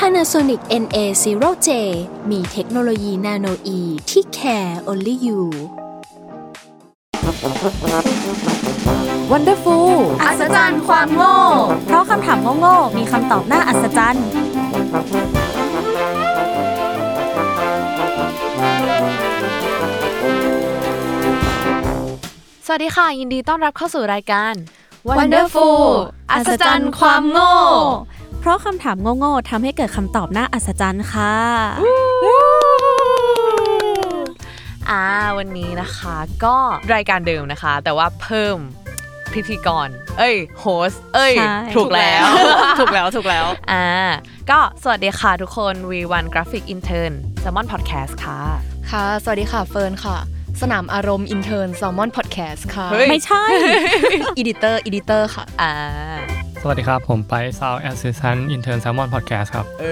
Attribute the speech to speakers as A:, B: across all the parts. A: Panasonic NA0J มีเทคโนโลยีนาโนอีที่ care only you
B: Wonderful
C: อัศจรรย์ความโง่ เพราะคำถามโง่ๆมีคำตอบน่าอัศจรรย์
B: สวัสดีค่ะ ยินดีต้อนรับเข้าสู่รายการ
C: Wonderful อัศจรรย์ความโง่ เพราะคำถามโง่ๆทำให้เกิดคำตอบน่าอัศจรรย์ค่ะ
B: อ่าวันนี้นะคะก็รายการเดิมนะคะ แต่ว่าเพิ่มพิธีกร เอ้ยโฮสเอ้ย
C: ใช่
B: ถูกแล้ว
D: ถูก แล้วถูกแล้ว
B: อ่าก็สวัสดีค่ะทุกคน V1 Graphic Intern Salmon Podcast ค่ะ
D: ค่ะ สวัสดีค่ะเฟิร์นค่ะ สนามอารมณ์อินเทอร์นแซลมอนพอดแคสต์ค่ะ
B: เฮ้ย
C: ไม่ใช่
D: อีดิเตอร์อีดิเตอร์ค่ะ
B: อ่า
E: สวัสดีครับ ผมไป Sound Assistant Intern Salmon Podcast ครับ
B: เอ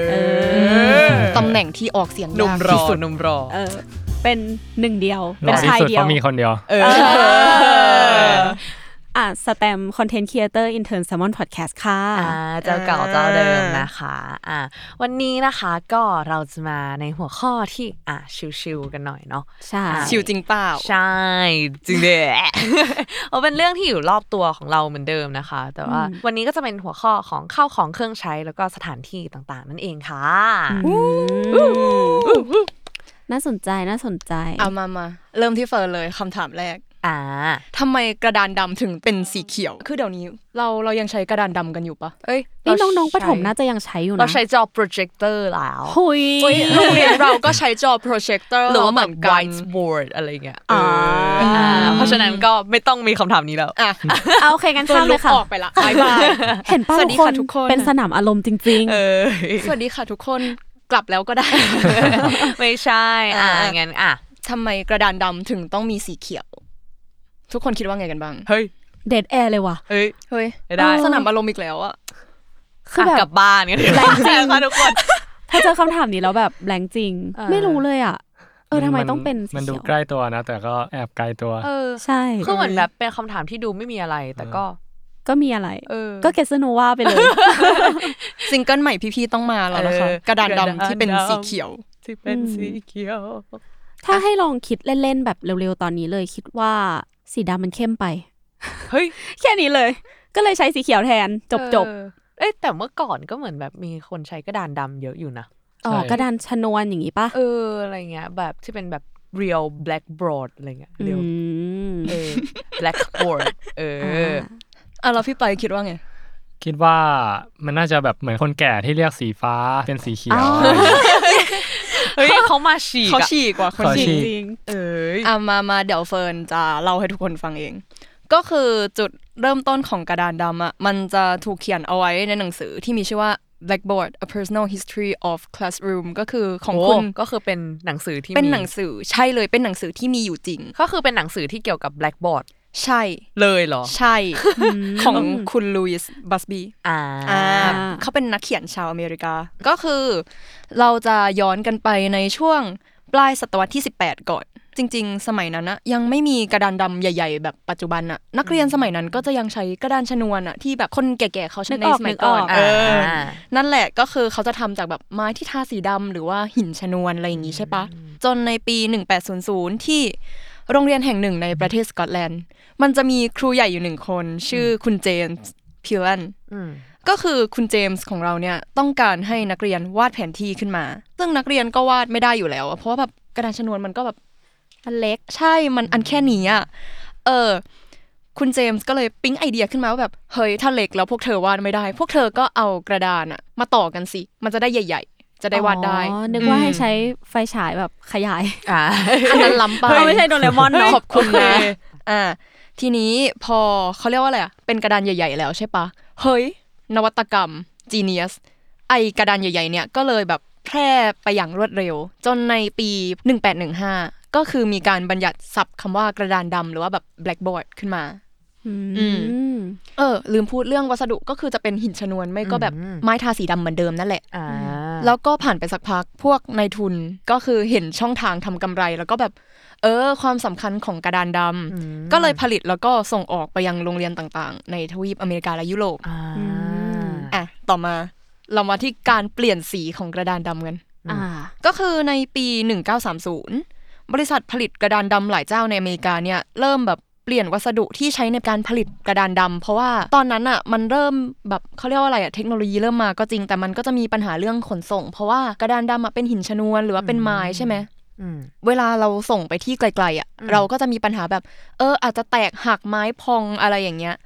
D: อ ตำแหน่งที่ออกเสียง
B: หนุ่ม
D: ยาก
B: รอ
D: ที่สุด
B: หนุ่มรอ
C: เออ เป็นหนึ่งเดียว
E: ร
C: เป็
E: อนที่
C: ชาย
E: สุด
C: เดี
E: เพ
C: ยว
E: ราะมีคนเดียว
B: เออ
C: อ่ะสแตมคอนเทนต์ครีเอเตอร์อินเทอร์นแซมมอนพอดแคสต์ค่ะ
B: อ่าเจ้าเก่าเจ้าเดิมนะคะอ่าวันนี้นะคะก็เราจะมาในหัวข้อที่อ่ะชิวๆกันหน่อยเนาะ
C: ใช่
B: อ่ะ
D: ชิวจริงเปล่า
B: ใช่จริงเด้ เอาเป็นเรื่องที่อยู่รอบตัวของเราเหมือนเดิมนะคะ แต่ว่าวันนี้ก็จะเป็นหัวข้อของข้าวของเครื่องใช้แล้วก็สถานที่ต่างๆ นั่นเองค่ะ
C: อืมน่าสนใจน่าสนใจ
D: เอามามาเริ่มที่เฟิร์นเลยคำถามแรก
B: อ่า
D: ทำไมกระดานดำถึงเป็นสีเขียว คือเดี๋ยวนี้เราเรายังใช้กระดานดำกันอยู่ปะเอ้ย
C: นี่
D: เรา
C: น้องๆป
D: ใช้
C: ฐมน่าจะยังใช้อยู่นะ
B: เราใช้จอโปรเจคเตอร์แล้ว
C: หุย
D: เฮ้ยโรงเรียนเราก็ใช้จอโปรเจคเตอร์
B: หรือว่าแบบ
D: กัน
B: whiteboard อะไรเงี้ย
C: อ่า
B: เอออ่าเพราะฉะนั้นก็ไม่ต้องมีคำถามนี้แล้ว
D: อ่ะ
C: เอาโอเคกัน
D: เฟิร์
C: ข้าน ม
D: ลุ
C: เล
D: ก
C: ยค่ะ
D: ออกไปละบายบาย
C: เห็นป้า
D: สวัสดีค่ะทุกคน
C: เป็นสนามอารมณ์จริง
B: เออ
D: สวัสดีค่ะทุกคนกลับแล้วก็ ได้
B: ไม่ใช่ อ่า
D: อ่า
B: งั้นอ่ะ
D: ทำไมกระดานดำถึงต้องมีสีเขียว ทุกคนคิดว่าไงกันบ้าง
B: เฮ้ย
C: ๆ เดดแอร์เลยว่ะ
B: เฮ้ย
D: เฮ้ย
B: ไม่ได้
D: สนามอารมณ์อีกแล้วอะ
C: คือ
B: อ่ะ
C: แบ
B: กลั
C: บบ
B: บ้านกันแรงจริงค่ะทุกคน
C: พอเจอคำถามนี้แล้วแบบแรงจริง
B: เออ
C: ไม่รู้เลยอ่ะ เออทำไมต้องเป็นสี
E: มันดู
C: เขียว
E: ใกล้ตัวนะ แต่ก็แอบไกลตัว
B: เออ
C: ใช่
B: คือเหมือนแบบเป็นคำถามที่ดูไม่มีอะไร แต่ก็
C: ก็มีอะไร
B: เออ
C: ก็เกสโนวาไปเลย
D: ซิงเกิลใหม่พี่ๆต้องมาแล้วนะคะ
B: เออก
D: ระดาน
B: กระดาน
D: ดำที่เป็น
B: ดำ
D: สีเขียว
B: ที่เป็น
C: อืม
B: สีเขียว
C: ถ้าให้ลองคิดเล่น ๆ แบบเร็ว ๆ ตอนนี้เลยคิดว่าสีดำมันเข้มไป
B: เฮ้ย
C: แค่นี้เลย ก็เลยใช้สีเขียวแทนจบจบ
B: เออเอ้ยแต่เมื่อก่อนก็เหมือนแบบมีคนใช้กระดานดำเยอะอยู่นะ
C: อ๋อ
E: ใช่
C: กระดานชนวนอย่างนี้ปะ
B: เออ อะไรเงี้ย แบบที่เป็นแบบ real blackboard อะไรเงี้ยเรียว
C: อืม
B: เออ blackboard เออ
D: อ่ะแล้วพี่ไปคิดว่าไง
E: คิดว่ามันน่าจะแบบเหมือนคนแก่ที่เรียกสีฟ้าเป็นสีเขีย
C: อ๋อ
E: ว
B: เฮ้ยเขามาฉีก
D: เขา
B: อะ
D: ฉีกว่าคน
E: เขา
C: จ
D: ฉีก
C: ริง
E: ชีพ
C: จริง
B: เอ้ย
D: อ่ะมามาเดี๋ยวเฟิร์นจะเล่าให้ทุกคนฟังเอง ก็คือจุดเริ่มต้นของกระดานดำอะมันจะถูกเขียนเอาไว้ในหนังสือที่มีชื่อว่า Blackboard A Personal History of Classroom ก็คือของคุณ
B: โก็คือเป็นหนังสือที่
D: เป็น
B: มี
D: หนังสือใช่เลยเป็นหนังสือที่มีอยู่จริง
B: ก็คือเป็นหนังสือที่เกี่ยวกับ blackboard
D: ใช่
B: เลยเหรอ
D: ใช่
C: ม
D: ของคุณลูอิสบัสบี
B: อ่า
D: อ่าเขาเป็นนักเขียนชาวอเมริกา ก็คือ เราจะย้อนกันไปในช่วงปลายศตวรรษที่ 18 ก่อน จริง ๆ สมัยนั้นนะยังไม่มีกระดานดำใหญ่ ๆ แบบปัจจุบันอะนักเรียนสมัยนั้นก็จะยังใช้กระดานชนวนอะที่แบบคนแก่ๆเขาใช้
C: นึ
D: ใน
C: กออก
D: สมัยก่อน
C: นึกออก
D: เอออา นั่นแหละก็คือเขาจะทำจากแบบไม้ที่ทาสีดำหรือว่าหินชนวนอะไรอย่างนี้ใช่ปะจนในปี 1800 ที่โรงเรียนแห่งหนึ่งในประเทศสกอตแลนด์ มันจะมีครูใหญ่อยู่หนึ่งคน ชื่อคุณเจมส์พิลัน
B: อืม
D: ก็คือคุณเจมส์ของเราเนี่ยต้องการให้นักเรียนวาดแผนที่ขึ้นมา ซึ่งนักเรียนก็วาดไม่ได้อยู่แล้วอะเพราะว่าแบบกระดานชนวนมันก็แบบ
C: มันเล็ก
D: ใช่มันอันแค่นี้อะเออ คุณเจมส์ก็เลยปิ๊งไอเดียขึ้นมาว่าแบบเฮ้ยถ้าเล็กแล้วพวกเธอวาดไม่ได้ พวกเธอก็เอากระดานอะมาต่อกันสิ มันจะได้ใหญ่ ๆ จะได้วาดได้
C: อ๋อ นึกว่าให้
D: อืม
C: ใช้ไฟฉายแบบขยาย
B: อ่า
D: อันนั้นล้ำไป
C: เออไม่ใช่โดเรมอนเนาะ
D: ขอบคุณนะอ่า ทีนี้พอเขาเรียกว่าอะไรอะเป็นกระดานใหญ่ ๆ แล้วใช่ปะ เฮ้ย นวัตกรรม genius ไอกระดานใหญ่ ๆ เนี่ยก็เลยแบบ แพร่ไปอย่างรวดเร็ว จนในปี 1815 ก็คือมีการบัญญัติศัพท์คำว่ากระดานดำหรือว่าแบบ blackboard ขึ้นมา อื
C: ม
D: เออ ลืมพูดเรื่องวัสดุก็คือจะเป็นหินชนวนไม่ก็แบบ
B: อืม
D: ไม้ทาสีดำเหมือนเดิมนั่นแหละ
B: อ่า
D: แล้วก็ผ่านไปสักพักพวกนายทุนก็คือเห็นช่องทางทำกำไร แล้วก็แบบ เออ ความสำคัญของกระดานดำ
B: อืม
D: ก็เลยผลิตแล้วก็ส่งออกไปยังโรงเรียนต่างๆ ในทวีปอเมริกาและยุโรป
B: อ่า
D: อ่ะต่อมาเรามาที่การเปลี่ยนสีของกระดานดำกัน
C: อ่า
D: ก็คือในปี 1930 บริษัทผลิตกระดานดำหลายเจ้าในอเมริกาเนี่ยเริ่มแบบเปลี่ยนวัสดุที่ใช้ในการผลิตกระดานดำเพราะว่าตอนนั้นอ่ะมันเริ่มแบบเขาเรียกว่าอะไรอ่ะเทคโนโลยีเริ่มมาก็จริงแต่มันก็จะมีปัญหาเรื่องขนส่ง เพราะว่ากระดานดำอ่ะเป็นหินชนวนหรือว่าเป็นไม้ใช่ไหม
B: อืม
D: เวลาเราส่งไปที่ไกลๆอ่ะ
B: อืม
D: เราก็จะมีปัญหาแบบ เออ อาจจะแตกหักไม้พองอะไรอย่างเงี้ย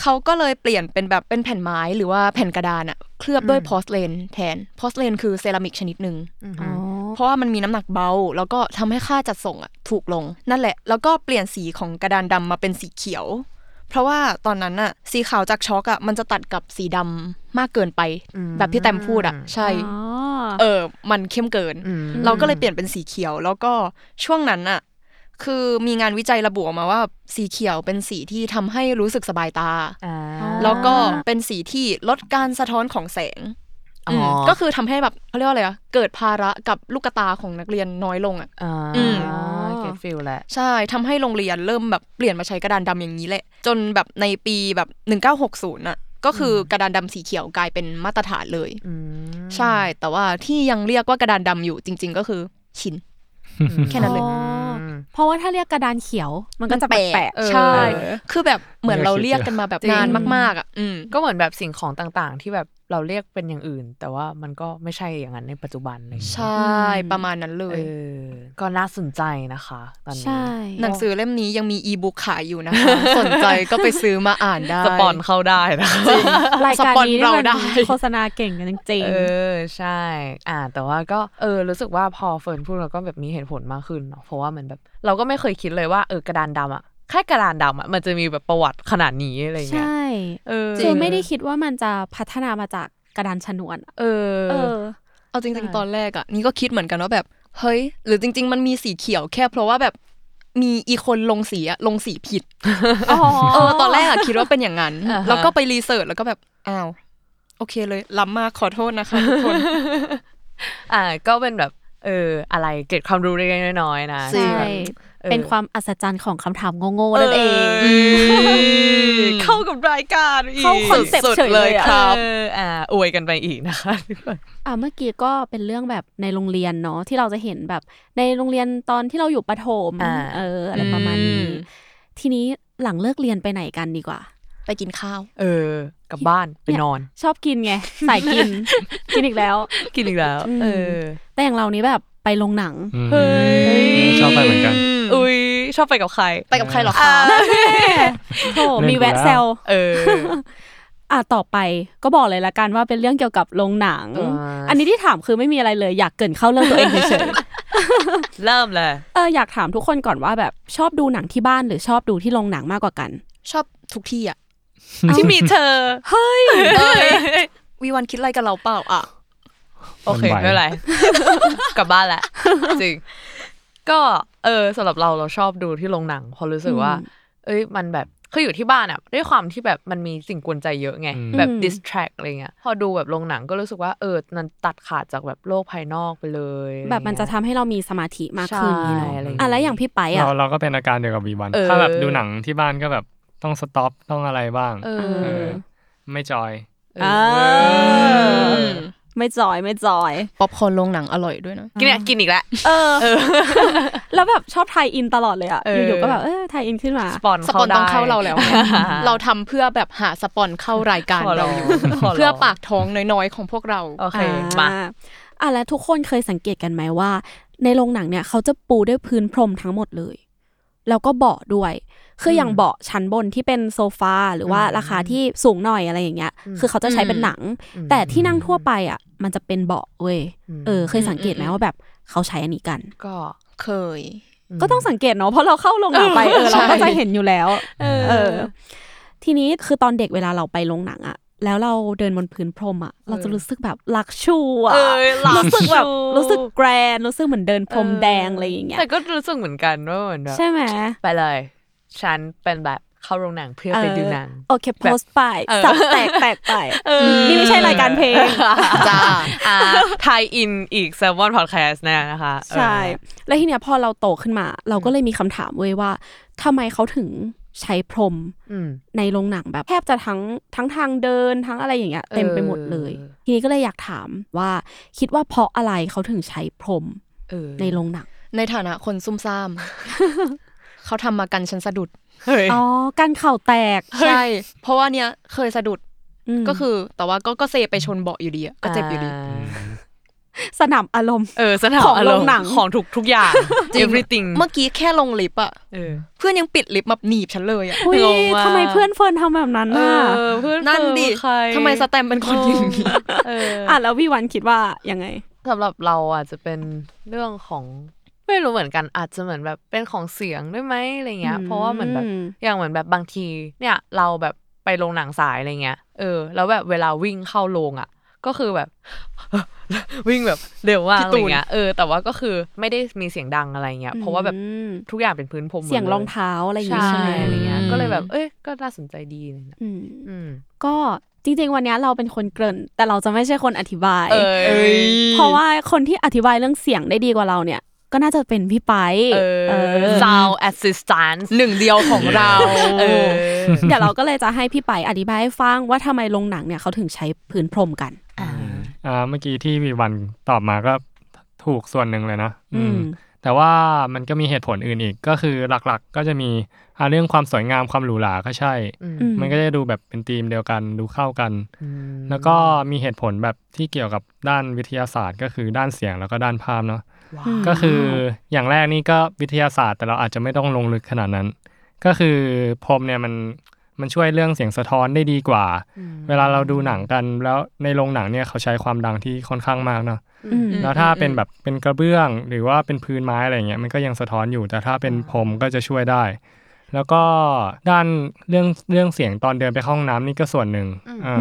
D: เขาก็เลยเปลี่ยนเป็นแบบเป็นแผ่นไม้หรือว่าแผ่นกระดานอ่ะเคลือบด้วยพอสเลนแทนพอสเลนคือเซรามิกชนิดหนึ่ง
B: อืม
C: อ๋อ
D: เพราะว่ามันมีน้ำหนักเบา แล้วก็ทำให้ค่าจัดส่งอะถูกลง นั่นแหละ แล้วก็เปลี่ยนสีของกระดานดำมาเป็นสีเขียว เพราะว่าตอนนั้นอะสีขาวจากช็อกอะมันจะตัดกับสีดำมากเกินไป แบบที่แตมพูดอะใช่
C: อ๋อ
D: เออ มันเข้มเกิน
B: อืม
D: เราก็เลยเปลี่ยนเป็นสีเขียว แล้วก็ช่วงนั้นอะคือมีงานวิจัยระบุออกมาว่าสีเขียวเป็นสีที่ทำให้รู้สึกสบายตา
B: อ่า
D: แล้วก็เป็นสีที่ลดการสะท้อนของแสง
B: อ๋ออื
D: มก็คือทำให้แบบเขาเรียกว่าอะไรอะเกิดภาระกับลูกกระตาของนักเรียนน้อยลงอะ
B: อ่า
D: อืม
B: เก็ตฟิลแหละ
D: ใช่ทำให้โรงเรียนเริ่มแบบเปลี่ยนมาใช้กระดานดำอย่างนี้แหละ จนแบบในปีแบบ 1960น่ะ ก็คืออกระดานดำสีเขียวกลายเป็นมาตรฐานเลย
B: อืม
D: ใช่ แต่ว่าที่ยังเรียกว่ากระดานดำอยู่จริง ๆ ก็คือชิน แค่นั้นเลย
C: อ๋อ
B: อืม
C: เพราะว่าถ้าเรียกกระดานเขียว มันก็จะแปลกๆ
D: ใช่ คือแบบเหมือนเราเรียกกันมาแบบ
B: จริง
D: นานมากๆ อ่ะอืม
B: ก็เหมือนแบบสิ่งของต่างๆ ที่แบบเราเรียกเป็นอย่างอื่น แต่ว่ามันก็ไม่ใช่อย่างนั้นในปัจจุบันอะไรอย่างเลย
D: ใช่ประมาณนั้นเล
B: เอย อก็น่าสนใจนะคะตอนนี้
C: ใช่
D: หนังสือเล่มนี้ยังมีอีบุ๊กขายอยู่ นะคะ สนใจก็ไปซื้อมาอ่านได้
B: สปอนเข้าได้นะคะ
C: รายการนี้
D: สปอนเรา
C: นี่มัน
D: ได้
C: โฆษณาเก่งกันจริง
B: เออใช่ อ่า แต่ว่าก็เออรู้สึกว่าพอเฟิร์นพูดเราก็แบบมีเหตุผลมากขึ้นเนอะเพราะว่ามันแบบ เราก็ไม่เคยคิดเลยว่าเออกระดานดำอ่ะแค่กระดานดำอ่ะมันจะมีแบบประวัติขนาดนี้อะไร
C: ๆ
B: เงี้ย
C: ใช่
B: เออ
C: คือไม่ได้คิดว่ามันจะพัฒนามาจากกระดานชนวน
B: เออ
C: เออ
D: เอาจริง
B: ใช่
D: ๆ ตอนแรกอ่ะนี่ก็คิดเหมือนกันว่าแบบ เฮ้ย หรือจริง ๆ มันมีสีเขียวแค่เพราะว่าแบบมีอีคนลงสีอะลงสีผิด
C: อ๋อ
D: เออตอนแรกอะคิดว่าเป็นอย่างนั้น
B: อ่าฮะ
D: แล้วก็ไปรีเสิร์ชแล้วก็แบบอ้าวโอเคเลยล้ำมากขอโทษนะคะ ทุกคน
B: อ่าก็เป็นแบบเอออะไรเกร็ดความรู้เล็กๆน้อยๆนะ
C: ใช่
B: ออ
C: เป็นความอัศจรรย์ของคำถามโง่ๆนั่นเอง
B: เออเข้ากับรายการอีก
C: เข้าคอนเซ็ปต์
B: สุดๆ
C: เฉยเลยอะ
B: ครับเอออ่าอวยกันไปอีกนะคะทุกคน
C: อ่ะเมื่อกี้ก็เป็นเรื่องแบบในโรงเรียนเนาะที่เราจะเห็นแบบในโรงเรียนตอนที่เราอยู่ประถม
B: อ่า
C: เอออะไรประมาณนี้
D: อืม
C: ทีนี้หลังเลิกเรียนไปไหนกันดีกว่า
D: ไปกินข้าว
B: เออ กลับบ้านไปนอน
C: ชอบกินไงสายกิน กินอีกแล้ว
B: กินอีกแล้ว
C: อืม
B: เออ
C: แต่อย่างเรานี้แบบไปลงหนัง
E: อืม
B: เฮ้ย
E: ชอบไปเหมือนกัน
B: อุ้ยชอบไปกับใคร
D: ไปกับใครเหรอคะ
C: โถ
E: เล่น
C: มีแวะ
E: กูแล้ว
C: แซว
B: เออ
C: อ่ะต่อไปก็บอกเลยละกันว่าเป็นเรื่องเกี่ยวกับโรงหนัง
B: อ่า
C: อันนี้ที่ถามคือไม่มีอะไรเลย อยากเกรินเข้าเรื่องตัวเองเฉย
B: เริ่มเลย
C: ๆ เอออยากถามทุกคนก่อนว่าแบบชอบดูหนังที่บ้านหรือชอบดูที่โรงหนังมากกว่ากัน
D: ชอบทุกที่อะ
B: ที่มีเธอ เฮ้ย
D: วีวันคิดอะไรกับเราเปล่าอะ
B: โอเค
E: มัน
B: ไม่
E: ไหว
B: เป็นไร กลับบ้านแหละ จริง ก็เออสำหรับเราเราชอบดูที่โรงหนังเพราะรู้สึกว่า
C: อืม
B: เอ้ยมันแบบคืออยู่ที่บ้านอ่ะด้วยความที่แบบมันมีสิ่งกวนใจเยอะไง
E: อืม
B: แบบ
C: อืม
B: distract อะไรเงี้ยพอดูแบบโรงหนังก็รู้สึกว่าเออมันตัดขาดจากแบบโลกภายนอกไปเลยอไรเงี้ย
C: แบบมันจะทำให้เรามีสมาธิมากขึ้นนี่เนาะ
B: ใช่อะไรอย่างเงี้ย
C: อ่ะแล้วอย่างพี่ไปอ่ะ
E: เราเราก็เป็นอาการเดียวกับวีวัน
B: เออ
E: ถ้าแบบดูหนังที่บ้านก็แบบต้องสต็อปต้องอะไรบ้าง
B: เอ
E: เอ
B: อ
E: อ ไม่จอย
B: เอ
C: อ่า
B: อ
D: อืม
C: ไม่จอยไม่จอย
D: ป๊อปคอร์นโรงหนังอร่อยด้วยนะ
B: กินเนี่ยกินอีกแล้ว
C: เออ แล้วแบบชอบไทยอินตลอดเลยอ่ะ
B: เออ
C: อ
B: อ
C: ยู่ๆก็แบบเออไทยอินขึ้นมา
B: สปอน
D: สปอนต้องเข้า
B: ได้
D: เราแล้ว เราทำเพื่อแบบหาสปอนเข้ารายการ
B: ขอร้
D: เรา
B: อง
D: อยู่
B: ขอร้อง
D: เพื่อปากท้องน้อยๆของพวกเรา
B: โอเค
C: อ่
B: มา
C: อ่ะแล้วทุกคนเคยสังเกตกันไหมว่า ในโรงหนังเนี่ยเขาจะปูด้วยพื้นพรมทั้งหมดเลย แล้วก็เบาะด้วย คืออย่างเบาะชั้นบนที่เป็นโซฟาหรือว่า
B: อืม
C: ราคาที่สูงหน่อยอะไรอย่างเงี้ย
B: อืม
C: คือเขาจะใช้เป็นหนัง
B: อืม
C: แต่ที่นั่งทั่วไปอ่ะมันจะเป็นเบาะเว้ย เออ เคยสังเกตไหม
D: อืม
C: ว่าแบบเขาใช้อันนี้กัน
B: ก็
D: เคย
C: ก็ต้องสังเกตเนาะเพราะเราเข้าโรงหนังไปเออเราก็
D: ใช่
C: จะเห็นอยู่แล้ว เออ ทีนี้คือตอนเด็กเวลาเราไปโรงหนังอะ แล้วเราเดินบนพื้นพรมอะเราจะรู้สึกแบบลักชูอะ
B: เออลัก
C: รู้สึ
B: ชู
C: กแบบรู้สึกแกรนด์รู้สึกเหมือนเดินพรมแดงอะไรอย่างเงี้ย
B: แต่ก็รู้สึกเหมือนกันว่าเหมือนแบบ
C: ใช่ไหม
B: ไปเลย ฉันเป็นแบบเข้าโรงหนังเพื่อไปดูหนัง
C: โอเคโพสต์ไป
B: เออ
C: สับแตกแตกไป
B: เอออื
C: มนี่ไม่ใช่รายการเพลง
D: จ้า
B: อ่าไทยอินอีกแซมมอนพอดแคสต์เนี่ยนะคะเออ
C: ใช่ แล้วทีเนี้ยพอเราโตขึ้นมา เราก็เลยมีคำถามเว้ยว่าทำไมเขาถึงใช้พรม
B: อืม
C: ในโรงหนังแบบแทบจะทั้งทั้งทางเดินทั้งอะไรอย่างเงี้ยเต็มไปหมดเลย
B: เออ
C: ทีนี้ก็เลยอยากถามว่าคิดว่าเพราะอะไรเขาถึงใช้พรม
B: เออ
C: ในโรงหนัง
D: ในฐานะคนซุ่มซ่าม เขาทำมากันฉันสะดุด
B: เฮ้ย
C: อ๋อการเข่าแตก
D: ใช่ เพราะว่าเนี้ยเคยสะดุด
C: ม
D: ก็คือ แต่ว่าก็ก็เซไปชนเบาะอยู่ดีอะก็เจ็บอยู่ดี
C: สนามอารมณ์
B: เออสถาน
C: ของโรงหนัง
B: ของทุกทุกอย่าง
D: จริง
B: everything
D: เมื่อกี้แค่ลงลิฟต์อะ
B: เออ
D: เพื่อนยังปิดลิฟต์มาหนีบฉันเลยอะ
C: อุ้ย
D: งงมาก
C: ทำไมเพื่อนเฟิร์นทำแบบนั้น
B: เอ
C: น่ะ
B: อเพื่อน
D: นั่นดิ
B: เพื่อใคร
D: ทำไมสแตมเป็นคนอย่างนี้
B: เออ
C: อ่ะแล้วพี่วันคิดว่ายังไง
B: สำหรับเราอ่ะจะเป็นเรื่องของไม่รู้เหมือนกันอาจจะเหมือนแบบเป็นของเสียงด้วยไหมอะไรเงี้ย
C: อืม
B: เพราะว่าเหมือนแบบอย่างเหมือนแบบบางทีเนี่ยเราแบบไปโรงหนังสายอะไรเงี้ยเออแล้วแบบเวลาวิ่งเข้าโรงอ่ะ ก็คือแบบ วิ่งแบบเร็วมาก
D: พี่
B: อะไร
D: ตูน
B: เงี้ยเออแต่ว่าก็คือไม่ได้มีเสียงดังอะไรเงี้ยเพราะว่าแบบ
C: อืม
B: ทุกอย่างเป็นพื้นพรมหมด
C: เสียง
B: ล
C: รองเท้าอะไรอย่างงี้
B: ใช่
C: ใช่ไหม
B: อะไรเงี้ย
D: อืม
B: ก็เลยแบบ เอ้ย ก็น่าสนใจดีนะ
C: อืม
B: อืม
C: ก็จริงๆวันเนี้ยเราเป็นคนเกริ่น แต่เราจะไม่ใช่คนอธิบาย
B: เอ้ย
C: เพราะว่าคนที่อธิบายเรื่องเสียงได้ดีกว่าเราเนี่ย ก็น่าจะเป็นพี่ไป
B: เอ
C: เอ
B: อ
C: อ
B: sound assistance
D: หนึ่งเดียวของเรา
B: เออ
C: เดี๋ยวเราก็เลยจะให้พี่ไปอธิบายให้ฟังว่าทำไมโรงหนังเนี่ยเขาถึงใช้พื้นพรมกัน
E: อ่าเมื่อกี้ที่วีวันตอบมาก็ถูกส่วนหนึ่งเลยนะอื
C: อื
E: ม
C: ม
E: แต่ว่ามันก็มีเหตุผลอื่นอีกก็คือหลักๆ ก็จะมีอ่าเรื่องความสวยงามความหรูหราก็ใช่
B: อืม
C: อืม
E: มันก็จะดูแบบเป็นธีมเดียวกันดูเข้ากัน
B: อืม
E: แล้วก็มีเหตุผลแบบที่เกี่ยวกับด้านวิทยาศาสตร์ ก็คือด้านเสียงแล้วก็ด้านภาพเนาะ
B: ว้า
C: อื
B: ว
C: ม
E: ก็คืออย่างแรกนี่ก็วิทยาศาสตร์ แต่เราอาจจะไม่ต้องลงลึกขนาดนั้น ก็คือพรมเนี่ยมันมันช่วยเรื่องเสียงสะท้อนได้ดีกว่า เวลาเราดูหนังกันแล้วในโรงหนังเนี่ยเขาใช้ความดังที่ค่อนข้างมากเนาะ
C: อืม
E: แล้วถ้าเป็นแบบเป็นกระเบื้องหรือว่าเป็นพื้นไม้อะไรเงี้ยมันก็ยังสะท้อนอยู่ แต่ถ้าเป็นพรมก็จะช่วยได้ แล้วก็ด้านเรื่องเรื่องเสียงตอนเดินไปเข้าห้องน้ำนี่ก็ส่วนหนึ่งอ่า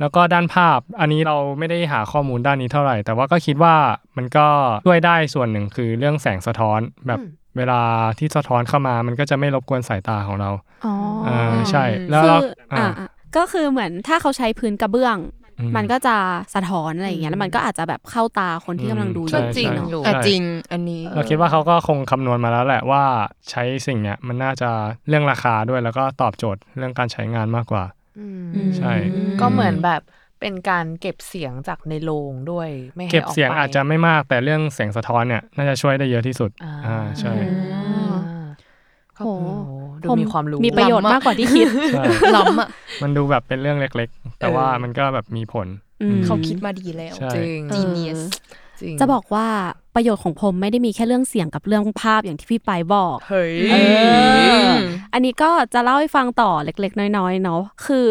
E: แล้วก็ด้านภาพอันนี้เราไม่ได้หาข้อมูลด้านนี้เท่าไหร่ แต่ว่าก็คิดว่ามันก็ช่วยได้ส่วนหนึ่งคือเรื่องแสงสะท้อนแบบเวลาที่สะท้อนเข้ามามันก็จะไม่รบกวนสายตาของเรา
C: อ๋ออา
E: ใช่แล้
C: คื
E: ว
C: อ
E: เรา
C: อ่ะ
E: อ่า
C: อ่ะก็คือเหมือนถ้าเขาใช้พื้นกระเบื้อง
E: อื
C: มันก็จะสะท้อนอะไรอย่างเงี้ยแล้วมันก็อาจจะแบบเข้าตาคนที่กำลังดูอ
E: ใช่
B: ก็
C: ยู่
B: จริง
C: เนาะ
B: อยู่
D: แต่จริงอันนี้
E: เราคิดว่าเขาก็คงคำนวณมาแล้วแหละว่าใช้สิ่งเนี้ยมันน่าจะเรื่องราคาด้วยแล้วก็ตอบโจทย์เรื่องการใช้งานมากกว่า
B: อืม
E: ใช่
B: ก็เหมือนแบบเป็นการเก็บเสียงจากในโรงด้วย ไม่ให้อ
E: เก็
B: อบ กไป
E: เสียงอาจจะไม่มากแต่เรื่องเสียงสะท้อนเนี่ยน่าจะช่วยได้เยอะที่สุด
B: อ่า
E: อ่าใช่
B: อ่าก็
C: โห
B: โอ้โหดูมีความรู้
C: มีประโยชน์มากกว่าที่ คิด
E: ใช่
D: ล้ำอ่ะ
E: มันดูแบบเป็นเรื่องเล็กๆ แต่ว่ามันก็แบบมีผล
C: อืม
E: อืม
D: เขาคิดมาดีแล้ว
E: ใช่
B: จริง
C: เออ
D: Genius
B: จริง
C: จะบอกว่าประโยชน์ของพรมไม่ได้มีแค่เรื่องเสียงกับเรื่องภาพอย่างที่พี่ไปายบอก
B: เฮ้ย
C: เออ อันนี้ก็จะเล่าให้ฟังต่อเล็กๆ น้อยๆเนาะคือ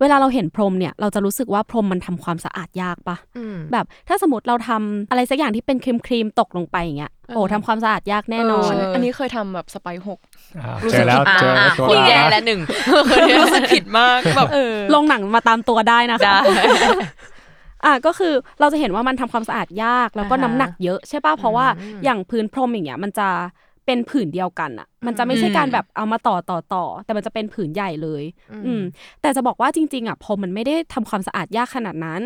C: เวลาเราเห็นพรมเนี่ยเราจะรู้สึกว่าพรมมันทำความสะอาดยากปะ
B: อืม
C: แบบถ้าสมมติเราทำอะไรสักอย่างที่เป็นครีมๆตกลงไปอย่างเงี้ยโอ้ทำความสะอาดยากแน่นอน
D: เอันนี้เคยทำแบบสไปร์หก
E: อ่า
D: รู้
E: เจ
D: สึก
E: อแล้วเจอแล้วตัว
B: คุณแย่
E: แล้ว
B: และหนึ่ง
D: รู้สึกผิดมากแบบ
C: ลงหนังมาตามตัวได้นะคะ อ่ะก็คือเราจะเห็นว่ามันทำความสะอาดยากแล้วก็
B: อ่าฮะ
C: น้ำหนักเยอะใช่ป่ะเพราะว่า
B: อืม
C: อย่างพื้นพรมอย่างเงี้ยมันจะเป็นผืนเดียวกันอ่ะ มันจะไม่ใช่การแบบเอามาต่อต่อต่อ แต่มันจะเป็นผืนใหญ่เลย
B: อืม
C: อืมแต่จะบอกว่าจริง ๆอ่ะพรมมันไม่ได้ทำความสะอาดยากขนาดนั้น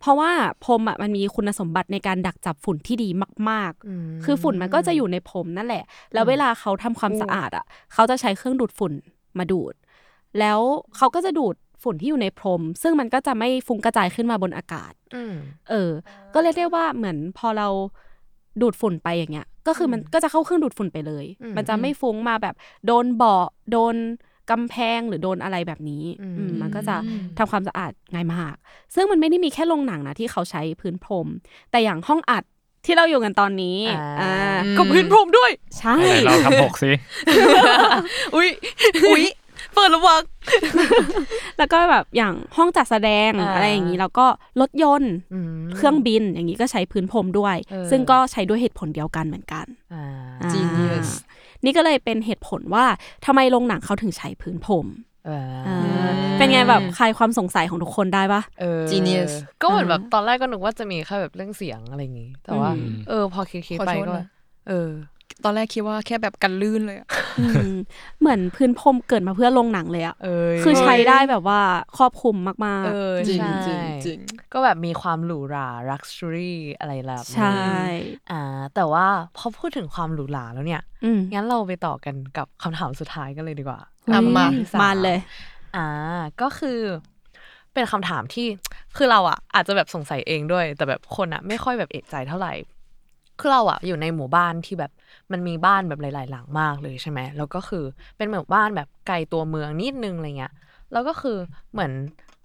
C: เพราะว่าพรมอ่ะมันมีคุณสมบัติในการดักจับฝุ่นที่ดีมาก ๆ คือฝุ่นมันก็จะอยู่ในผมนั่นแหละ แล้วเวลาเขาทำความสะอาดอ่ะ เขาจะใช้เครื่องดูดฝุ่นมาดูด แล้วเขาก็จะดูดฝุ่นที่อยู่ในพรม ซึ่งมันก็จะไม่ฟุ้งกระจายขึ้นมาบนอากาศ
B: อืม
C: เออ ก็เรียกได้ว่าเหมือนพอเราดูดฝุ่นไปอย่างเงี้ย ก็คือมัน
B: อืม
C: ก็จะเข้าเครื่องดูดฝุ่นไปเลย
B: อืม
C: มันจะไม่ฟุ้งมาแบบ โดนเบาะโดนกำแพงหรือโดนอะไรแบบนี้
B: อืม
C: อืมมันก็จะทำความสะอาดง่ายมาก ซึ่งมันไม่ได้มีแค่โรงหนังนะที่เขาใช้พื้นพรม แต่อย่างห้องอัดที่เราอยู่กันตอนนี้
B: อ่า
C: อ่า
B: ก็พื้นพรมด้วย
C: ใช่
E: ไหนเราทำหกสิ
B: อุ้ยอุ้ยเปิดระวัง
C: แล้วก็แบบอย่างห้องจัดแสดง
B: อ่า
C: อะไรอย่างนี้ แล้วก็รถยนต์ เครื่องบินอย่างนี้ก็ใช้พื้นพรมด้วย
B: เออ
C: ซึ่งก็ใช้ด้วยเหตุผลเดียวกันเหมือนกัน
B: อ่า
C: อ่า
D: Genius
C: นี่ก็เลยเป็นเหตุผลว่าทำไมโรงหนังเขาถึงใช้พื้นพรม
B: เออ
C: อ่าเป็นไงแบบคลายความสงสัยของทุกคนได้ปะ
B: เออ
D: Genius
B: ก็เหมือนแบบตอนแรกก็นึกว่าจะมีแค่แบบเรื่องเสียงอะไรอย่างงี้ แต่ว่า
C: อืม
B: เออ พอคิด
D: ขอ
B: ๆไป
D: โทษ
B: ก็
D: นะ
B: เออ
D: ตอนแรกคิดว่าแค่แบบกันลื่นเลยอะ
C: อืมเหมือนพื้นพรมเกิดมาเพื่อลงหนังเลยอะ
B: เออ
C: คือใช้ได้แบบว่าครอบคลุมมาก
B: เออ
D: จริงจ
B: ใช่
D: ริงจริง
B: ก็แบบมีความหรูหราลักชัวรี่อะไรแบบ
C: ๆ
B: นี้
C: ใช่
B: อ่า แต่ว่าพอพูดถึงความหรูหราแล้วเนี่ย
C: อืม
B: งั้นเราไปต่อกันกับคำถามสุดท้ายกันเลยดีกว่า
D: อ่ะมา
B: คำถที่ส
C: มาเลย
B: อ่าก็คือเป็นคำถามที่ คือเราอ่ะ อาจจะแบบสงสัยเองด้วย แต่แบบคนอ่ะ ไม่ค่อยแบบเอกใจเท่าไหร่คือเราอ่ะอยู่ในหมู่บ้านที่แบบมันมีบ้านแบบหลาย ๆ หลังมากเลยใช่ไหมแล้วก็คือเป็นหมู่บ้านแบบไกลตัวเมืองนิดนึงอะไรเงี้ยแล้วก็คือเหมือน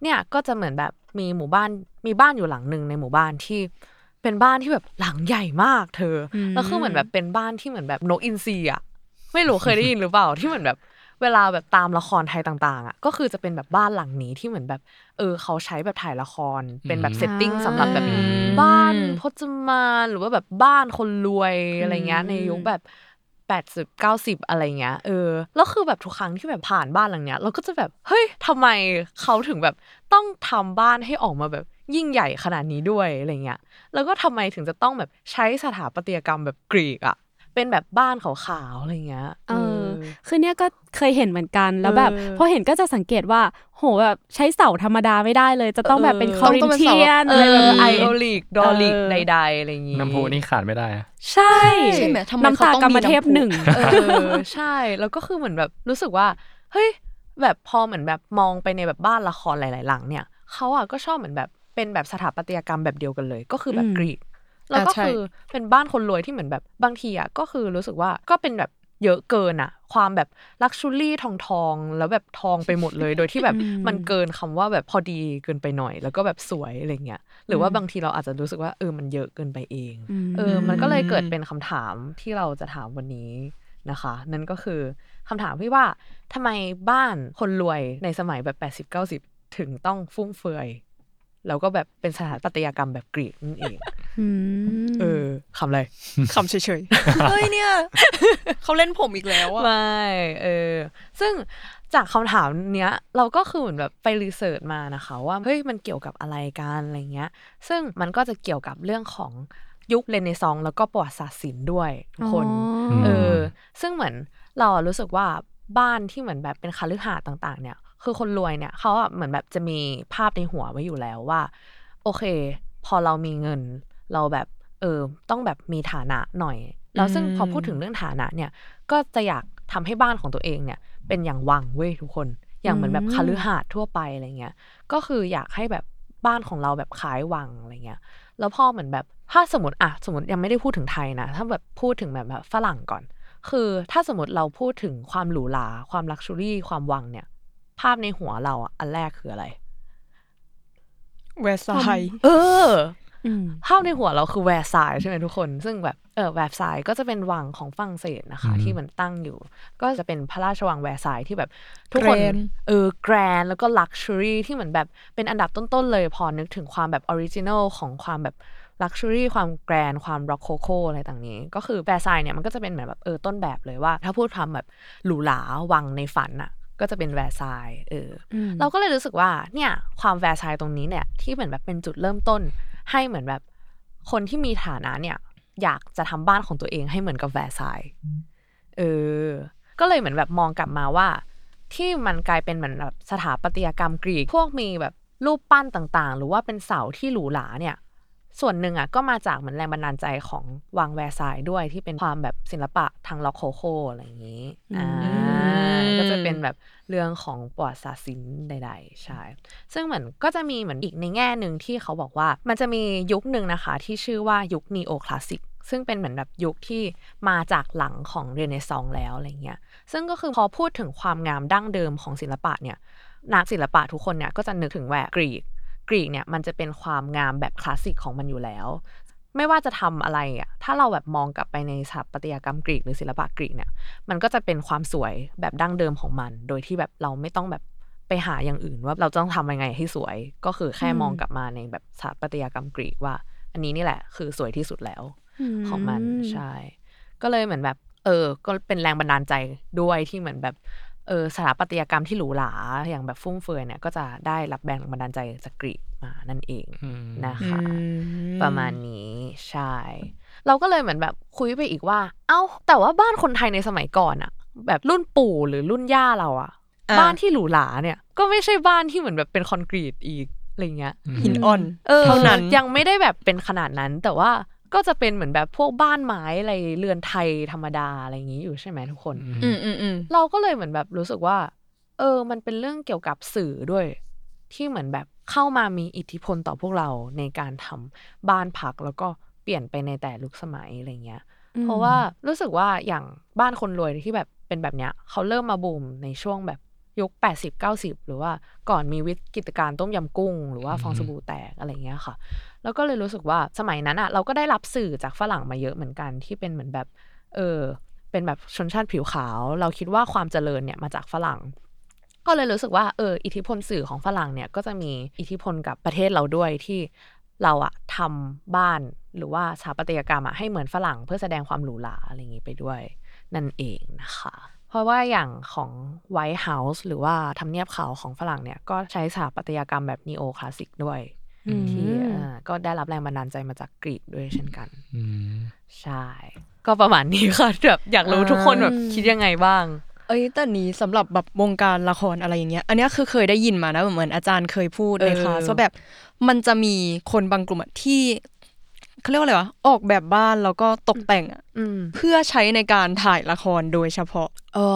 B: เนี่ยก็จะเหมือนแบบมีหมู่บ้านมีบ้านอยู่หลังหนึ่งในหมู่บ้านที่เป็นบ้านที่แบบหลังใหญ่มากเธออ
C: ม
B: แล้วคือเหมือนแบบเป็นบ้านที่เหมือนแบบนกอินทรีอ่ะ ไม่รู้เคยได้ยินหรือเปล่า ที่เหมือนแบบเวลาแบบตามละครไทยต่างๆอ่ะก็คือจะเป็นแบบบ้านหลังนี้ที่เหมือนแบบเออเขาใช้แบบถ่ายละคร เป็นแบบ
E: อืม
B: เซตติ้งสำหรับแบบ
D: อืม
B: บ้านพจมานหรือว่าแบบบ้านคนรวยอะไรเงี้ย
C: อืม
B: ในยุคแบบแปดสิบเก้าสิบอะไรเงี้ยเออแล้วคือแบบทุกครั้งที่แบบผ่านบ้านหลังเนี้ย เราก็จะแบบเฮ้ยทำไมเขาถึงแบบต้องทำบ้านให้ออกมาแบบยิ่งใหญ่ขนาดนี้ด้วยอะไรเงี้ย แล้วก็ทำไมถึงจะต้องแบบใช้สถาปัตยกรรมแบบกรีกอ่ะ เป็นแบบบ้านขาวๆอะไรเงี้ย
C: เออ คือเนี่ยก็เคยเห็นเหมือนกันแล้วแบบ
B: เออ
C: พอเห็นก็จะสังเกตว่า โหแบบใช้เสาธรรมดาไม่ได้เลย จะต้องแบบเป็น
B: เออ
C: คอรินเทียน
B: เอ
C: อะไรแบบ
B: อไอ
C: นี้
B: โอลิกดอลิก
C: เออ
B: ใดๆอะไรอย่างงี้
E: น้ำพุนี่ขาดไม่ได้อะ
C: ใช่
D: ใช่ไหมทำไม
C: น้ำ
D: เขา
C: ตา
D: ต้องมี
C: กรรมเทพ
D: น้ำพุ
C: หนึ่ง
B: เออใช่ แล้วก็คือเหมือนแบบรู้สึกว่าเฮ้ยแบบพอเหมือนแบบมองไปในแบบบ้านละครหลาย ๆ หลังเนี่ยเขาอ่ะก็ชอบเหมือนแบบเป็นแบบสถาปัตยกรรมแบบเดียวกันเลย ก็คือแบบ
C: อืม
B: กรีก แล้วก็
D: อ่าใช่
B: คือเป็นบ้านคนรวยที่เหมือนแบบบางทีอ่ะก็คือรู้สึกว่าก็เป็นแบบเยอะเกินอ่ะ ความแบบลักชูรี่ทองทองๆแล้วแบบทองไปหมดเลย โดยที่แบบ
C: อืม
B: มันเกินคำว่าแบบพอดีเกินไปหน่อย แล้วก็แบบสวยอะไรเงี้ยหรือว่า
C: อืม
B: บางทีเราอาจจะรู้สึกว่าเออมันเยอะเกินไปเอง
C: ม
B: เออ มันก็เลยเกิดเป็นคำถามที่เราจะถามวันนี้นะคะ นั่นก็คือคำถามที่ว่าทำไมบ้านคนรวยในสมัยแบบ 80 90 ถึงต้องฟุ่มเฟือย แล้วก็แบบเป็นสถาปัตยกรรมแบบกรีกนั่นเอง เออคำอะไร
D: ขำเฉยๆ เฮ้ยเนี่ย เขาเล่นผมอีกแล้วอะ
B: ไม่เออ ซึ่งจากคำถามเนี้ย เราก็คือเหมือนแบบไปรีเสิร์ชมานะคะ ว่าเฮ้ยมันเกี่ยวกับอะไรกันอะไรเงี้ย ซึ่งมันก็จะเกี่ยวกับเรื่องของยุคเรเนซองส์แล้วก็ประวัติศาสตร์ศิลป์ด้วยทุกคน
E: ม
B: เออ ซึ่งเหมือนเราอะรู้สึกว่าบ้านที่เหมือนแบบเป็นคฤหาสน์ต่างๆ เนี่ย คือคนรวยเนี่ยเขาอะเหมือนแบบจะมีภาพในหัวไว้อยู่แล้วว่า โอเค พอเรามีเงิน เราแบบเออต้องแบบมีฐานะหน่อย แล้วซึ่ง
D: อืม
B: พอพูดถึงเรื่องฐานะเนี่ย ก็จะอยากทำให้บ้านของตัวเองเนี่ย เป็นอย่างวังเว้ยทุกคน อย่างเหมือนแบบ
C: อืม
B: คฤหาสน์ทั่วไปอะไรเงี้ย ก็คืออยากให้แบบบ้านของเราแบบคล้ายวังอะไรเงี้ย แล้วพอเหมือนแบบถ้าสมมติอะสมมติยังไม่ได้พูดถึงไทยนะ ถ้าแบบพูดถึงแบบแบบฝรั่งก่อน คือถ้าสมมติเราพูดถึงความหรูหราความลักชัวรี่ความวังเนี่ย ภาพในหัวเราอะอันแรกคืออะไร
D: เวสไซด์
B: เออ
C: อืม
B: ภาพในหัวเราคือแวร์ซายน์ใช่ไหมทุกคน ซึ่งแบบเออแวร์ซายน์ก็จะเป็นวังของฝรั่งเศสนะคะ
E: อืม
B: ที่มันตั้งอยู่ ก็จะเป็นพระราชวังแวร์ซายน์ที่แบบทุกคน
D: เกรน
B: เออแกรนแล้วก็ลักชัวรี่ที่เหมือนแบบเป็นอันดับต้น ๆ เลยพอนึกถึงความแบบออริจินอลของความแบบลักชัวรี่ความแกรนความร็อกโคโคอะไรต่างนี้ ก็คือแวร์ซายน์เนี่ยมันก็จะเป็นเหมือนแบบเออต้นแบบเลยว่า ถ้าพูดคำแบบหรูหราวังในฝันอ่ะ ก็จะเป็นแวร์ซายน์เอออ
C: อืม
B: เราก็เลยรู้สึกว่าเนี่ยความแวร์ซายน์ตรงนี้เนี่ยที่เหมือนแบบเป็นจุดเริ่มต้น ให้เหมือนแบบคนที่มีฐานะเนี่ย อยากจะทำบ้านของตัวเองให้เหมือนกับแวร์ซายน์เออ ก็เลยเหมือนแบบมองกลับมาว่า ที่มันกลายเป็นเหมือนแบบสถาปัตยกรรมกรีก พวกมีแบบรูปปั้นต่างๆ หรือว่าเป็นเสาที่หรูหราเนี่ย ส่วนหนึ่งอ่ะก็มาจากเหมือนแรงบันดาลใจของวังแวร์ซายน์ด้วยที่เป็นความแบบศิลปะทางล็อกโคโคอะไรอย่างนี้อ่า
C: อื
D: ม
B: ก็จะเป็นแบบเรื่องของประวัติศาสตร์ศิลป์ใดๆ ใช่ ซึ่งเหมือนก็จะมีเหมือนอีกในแง่หนึ่งที่เขาบอกว่า มันจะมียุคหนึ่งนะคะที่ชื่อว่ายุคนีโอคลาสสิกซึ่งเป็นเหมือนแบบยุคที่มาจากหลังของเรเนซองส์แล้วอะไรเงี้ย ซึ่งก็คือพอพูดถึงความงามดั้งเดิมของศิลปะเนี่ยนักศิลปะทุกคนเนี่ยก็จะนึกถึงแหวกกรีก กรีกเนี่ยมันจะเป็นความงามแบบคลาสสิกของมันอยู่แล้ว ไม่ว่าจะทำอะไรอ่ะถ้าเราแบบมองกลับไปในสถาปัตยกรรมกรีกหรือศิลปะกรีกเนี่ย มันก็จะเป็นความสวยแบบดั้งเดิมของมัน โดยที่แบบเราไม่ต้องแบบไปหาอย่างอื่นว่าเราต้องทำยังไงให้สวย ก็คือแค่
C: อืม
B: มองกลับมาในแบบสถาปัตยกรรมกรีกว่า อันนี้นี่แหละคือสวยที่สุดแล้ว ของมันใช่ ก็เลยเหมือนแบบ เออ ก็เป็นแรงบันดาลใจด้วยที่เหมือนแบบ เออสถาปัตยกรรมที่หรูหราอย่างแบบฟุ่มเฟือยเนี่ยก็จะได้รับแรงบันดาลใจจากกรีกมานั่นเอง
E: อืม
B: นะคะ ประมาณนี้ใช่ เราก็เลยเหมือนแบบคุยไปอีกว่า เอ้า แต่ว่าบ้านคนไทยในสมัยก่อนอะแบบรุ่นปู่หรือรุ่นย่าเราอะ
D: อ่า
B: บ้านที่หรูหราเนี่ย ก็ไม่ใช่บ้านที่เหมือนแบบเป็นคอนกรีตอีกอะไรเงี้ย
D: หินอ่อน
B: เออ
D: เท่านั้น
B: ยังไม่ได้แบบเป็นขนาดนั้น แต่ว่าก็จะเป็นเหมือนแบบพวกบ้านไม้อะไรเรือนไทยธรรมดาอะไรอย่างนี้อยู่ใช่ไหมทุกคน
D: อืมอืมอืม
B: เราก็เลยเหมือนแบบรู้สึกว่า เออ มันเป็นเรื่องเกี่ยวกับสื่อด้วย ที่เหมือนแบบเข้ามามีอิทธิพลต่อพวกเราในการทำบ้านพักแล้วก็เปลี่ยนไปในแต่ลุกสมัยอะไรเงี้ย เพราะว่ารู้สึกว่าอย่างบ้านคนรวยที่แบบเป็นแบบเนี้ยเขาเริ่มมาบูมในช่วงแบบยุค 80 90 หรือว่าก่อนมีวิกฤตการณ์ต้มยำกุ้ง หรือว่าฟองสบู่แตกอะไรเงี้ยค่ะ แล้วก็เลยรู้สึกว่าสมัยนั้นอ่ะ เราก็ได้รับสื่อจากฝรั่งมาเยอะเหมือนกันที่เป็นเหมือนแบบ เออ เป็นแบบชนชาติผิวขาว เราคิดว่าความเจริญเนี่ยมาจากฝรั่ง ก็เลยรู้สึกว่าเอออิทธิพลสื่อของฝรั่งเนี่ยก็จะมีอิทธิพลกับประเทศเราด้วยที่เราอะทำบ้านหรือว่าสถาปัตยกรรมอะให้เหมือนฝรั่งเพื่อแสดงความหรูหราอะไรอย่างนี้ไปด้วย นั่นเองนะคะ เพราะว่าอย่างของไวท์เฮาส์หรือว่าทำเนียบขาวของฝรั่งเนี่ยก็ใช้สถาปัตยกรรมแบบนีโอคลาสสิกด้วย ที่เอ่อก็ได้รับแรงบันดาลใจมาจากกรีกด้วยเช่นกัน
E: อืม
B: ใช่ ก็ประมาณนี้ค่ะแบบอยากรู้ทุกคนแบบคิดยังไงบ้าง
D: เอ้ยแต่นี้สำหรับแบบวงการละครอะไรอย่างเงี้ย อันเนี้ยคือเคยได้ยินมานะเหมือนอาจารย์เคยพูดใน
B: เออ
D: คลาสว่าแบบมันจะมีคนบางกลุ่มอะที่เขาเรียกว่าอะไรวะออกแบบบ้านแล้วก็ตกแต่งอะ
B: อืม
D: เพื่อใช้ในการถ่ายละครโดยเฉพาะ
B: อ๋อ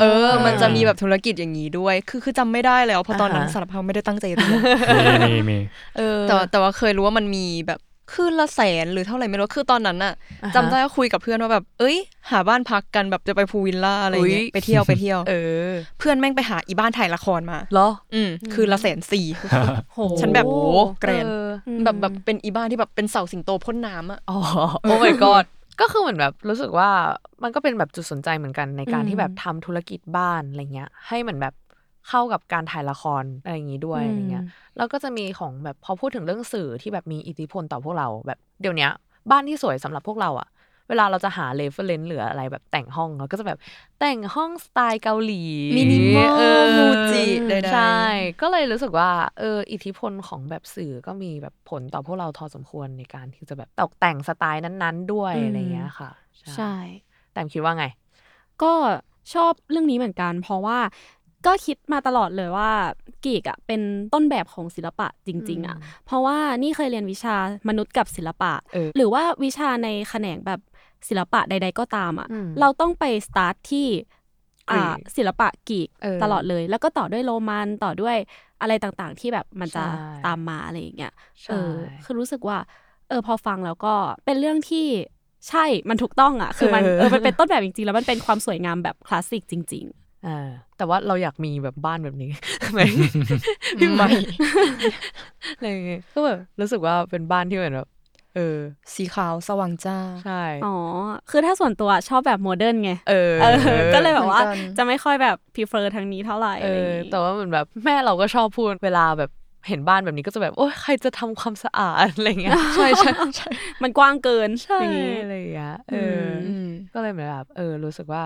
D: เออ มันจะมีแบบธุรกิจอย่างนี้ด้วย คือคือจำไม่ได้แล้ว เพราะตอนนั้น
B: อ่าฮะ
D: สารภาพไม่ได้ตั้งใจเรียน
E: มีมีมี
B: เออ
D: แต่ว่าแต่ว่าเคยรู้ว่ามันมีแบบคืนละแสนหรือเท่าไหร่ไม่รู้ คือตอนนั้นน่ะ
B: อ่าฮะ
D: จำได้ว่าคุยกับเพื่อนว่าแบบ เอ้ย หาบ้านพักกันแบบจะไปพูลวิลล่าอะไรเงี้ย
B: อุ๊ย
D: ไปเที่ยวไปเที่ยว
B: เออ
D: เพื่อนแม่งไปหาอีบ้านถ่ายละครมา
B: เหรอ
D: อืมคืนละแสนสี่
C: โห
D: ฉันแบบโอ้แกรน
B: ออ
D: แบบแบบเป็นอีบ้านที่แบบเป็นเสาสิงโตพ่นน้ำอ่ะ
B: อ๋อ โอ้ my god ก็คือเหมือนแบบรู้สึกว่ามันก็เป็นแบบจุดสนใจเหมือนกันในการ
D: อืม
B: ที่แบบทำธุรกิจบ้านอะไรเงี้ย ให้เหมือนแบบเข้ากับการถ่ายละครอะไรอย่างนี้ด้วยอะไรเงี้ย แล้วก็จะมีของแบบพอพูดถึงเรื่องสื่อที่แบบมีอิทธิพลต่อพวกเราแบบเดี๋ยวเนี้ย บ้านที่สวยสำหรับพวกเราอะเวลาเราจะหาเลเวลเลนหรืออะไรแบบแต่งห้องเราก็จะแบบแต่งห้องสไตล์เกาหลี
D: มินิมอ
B: เอ
D: ล
B: อ
D: มูจิใดๆ
B: ใช่ ก็เลยรู้สึกว่าเอออิทธิพลของแบบสื่อก็มีแบบผลต่อพวกเราทอสมควรในการที่จะแบบตกแต่งสไตล์นั้นๆ ด้วย
C: อืม
B: อะไรเงี้ยค่ะ
C: ใช่
B: แต่คิดว่าไง
C: ก็ชอบเรื่องนี้เหมือนกัน เพราะว่าก็คิดมาตลอดเลยว่ากีกอะเป็นต้นแบบของศิลปะจริง ๆอะ
B: อืม
C: เพราะว่านี่เคยเรียนวิชามนุษย์กับศิลปะ
B: เออ
C: หรือว่าวิชาในแขนงแบบศิลปะใด ๆ ก็ตามอะ
B: อืม
C: เราต้องไปสตาร์ทที่อ่าก
B: รีก
C: ศิลปะกรีก
B: เออ
C: ตลอดเลย แล้วก็ต่อด้วยโรมันต่อด้วยอะไรต่างๆ ที่แบบมันจะ
B: ใช่
C: ตามมาอะไรอย่างเงี้ย
B: ใช่
C: เออคือรู้สึกว่า เออ พอฟังแล้วก็เป็นเรื่องที่ใช่ มันถูกต้องอ่ะ คือมัน
B: เออ
C: เออ มันเป็นต้นแบบจริงๆ แล้วมันเป็นความสวยงามแบบคลาสสิกจริง
B: อ่าแต่ว่าเราอยากมีแบบบ้านแบบนี้ ไหมพี่ไหม อะไรอย่างเงี้ยก็แบบรู้สึกว่าเป็นบ้านที่เหมือนแบบเออ
D: สีขาวสว่างจ้า
B: ใช่
C: ๆ อ๋อ คือถ้าส่วนตัวชอบแบบโมเดิร์นไง
B: เออ
C: เออ ก็เลยแบบว่า
D: เหมือนกัน
C: จะไม่ค่อยแบบ prefer ทางนี้เท่าไหร่
B: เอ
C: อะไรอ
B: อย่าง
C: งี้
B: แต่ว่าเหมือนแบบแม่เราก็ชอบพูดเวลาแบบเห็นบ้านแบบนี้ก็จะแบบ โอ๊ยใครจะทำความสะอาด อะไรเงี้ย
D: ใช่ใช่ใช่
C: มันกว้างเกินอย่างงี้
B: อะไรอย่างเงี้ยเอออ
D: อืม
B: ก็เลยเหมือนแบบเออรู้สึกว่า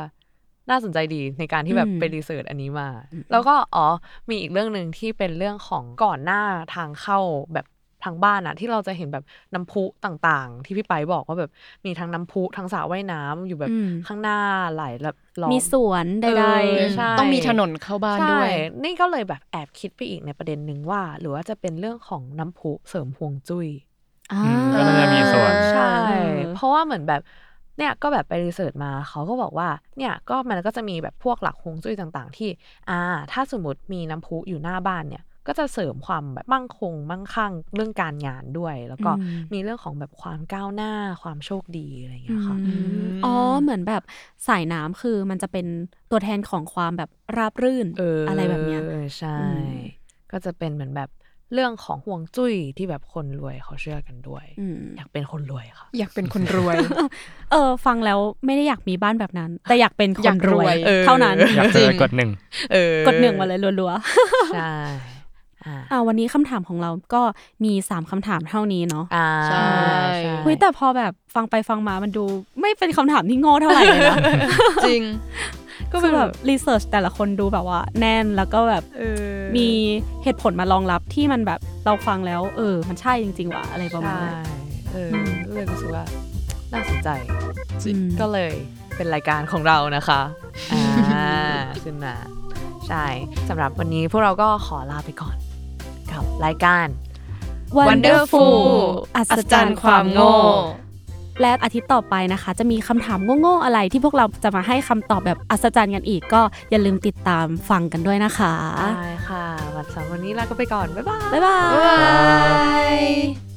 B: น่าสนใจดีในการที่แบบ
C: อืม
B: ไปรีเสิร์ชอันนี้มา แล้วก็อ๋อมีอีกเรื่องหนึ่งที่เป็นเรื่องของก่อนหน้าทางเข้าแบบทางบ้านอะที่เราจะเห็นแบบน้ำพุต่างๆ ที่พี่ไปายบอกว่าแบบมีทั้งน้ำพุทั้งสระว่ายน้ำอยู่แบบ
C: อืม
B: ข้างหน้าหลายแบบล้อม
C: มีสวนใด
B: เออ
C: ๆ
B: ใช่
D: ต้องมีถนนเข้าบ้านด้วย
B: ใช่นี่ก็เลยแบบแอบคิดไปอีกในประเด็นหนึ่งว่า หรือว่าจะเป็นเรื่องของน้ำพุเสริมห่วงจุ้ย
C: อ่า
E: ก็น่าจะมีส่วน
B: ใช่
C: เออ
B: เพราะว่าเหมือนแบบเนี่ยก็แบบไปรีเสิร์ชมาเขาก็บอกว่าเนี่ยก็มันก็จะมีแบบพวกหลักฮวงจุ้ยต่างๆ ที่อ่าถ้าสมมติมีน้ำพุอยู่หน้าบ้านเนี่ย ก็จะเสริมความแบบมั่งคง มั่งคั่งเรื่องการงานด้วย แล้วก็
C: อืม
B: มีเรื่องของแบบความก้าวหน้าความโชคดีอะไรอย่างเงี้ยค่ะ
C: อืมอ๋อ เหมือนแบบสายน้ำคือมันจะเป็นตัวแทนของความแบบราบรื่น
B: เอออ
C: อะไรแบบเนี้ย
B: ใช่
C: อืม
B: ก็จะเป็นเหมือนแบบเรื่องของห่วงจุ้ยที่แบบคนรวยเขาเชื่อกันด้วย
C: อืม
B: อยากเป็นคนรวยค่ะ
D: อยากเป็นคนรวย
C: เออฟังแล้วไม่ได้อยากมีบ้านแบบนั้น แต่อยากเป็นค
D: อน ยาก
C: ร
D: ร
C: ว
D: วย ยเออ
C: เท่านั้น
E: อยาก
D: จ
E: เจ
D: ริง
E: อกดหนึ่ง
D: เออก
C: ดหนึ่งมาเลยรัว
B: ใช่ อ่า
C: ๆ อ่าวันนี้คำถามของเราก็มี 3คำถามเท่านี้เนาะ
B: อ่า
D: ใช่
B: ใช่
C: เฮ้ยแต่พอแบบฟังไปฟังมามันดู ไม่เป็นคำถามที่โง่เท่าไหร่เลยนะ
D: จริง
C: ก็คือแบบรีเสิร์ชแต่ละคนดูแบบว่า แน่นแล้วก็แบบ
D: เออ
C: มีเหตุผลมารองรับที่มันแบบเราฟังแล้ว เออ มันใช่จริง ๆว่ะอะไรประมาณ
B: ใช่
C: นั้น
B: เออ
C: อืม
B: ก็เลยรู้สึกว่าน่าสนใจ
C: อืม
B: ก็เลยเป็นรายการของเรานะคะอ่าขึ้นมา ใช่สำหรับวันนี้พวกเราก็ขอลาไปก่อน กับรายการ
D: Wonderful
C: อัศจรรย์ความโง่ และอาทิตย์ต่อไปนะคะ จะมีคำถามโง่ๆอะไรที่พวกเราจะมาให้คำตอบแบบอัศจรรย์กันอีก ก็อย่าลืมติดตามฟังกันด้วยนะคะ
B: ได้ค่ะ วันเสาร์วันนี้ลาก็ไปก่อน บ๊ายบาย
C: บ๊ายบาย
D: Bye.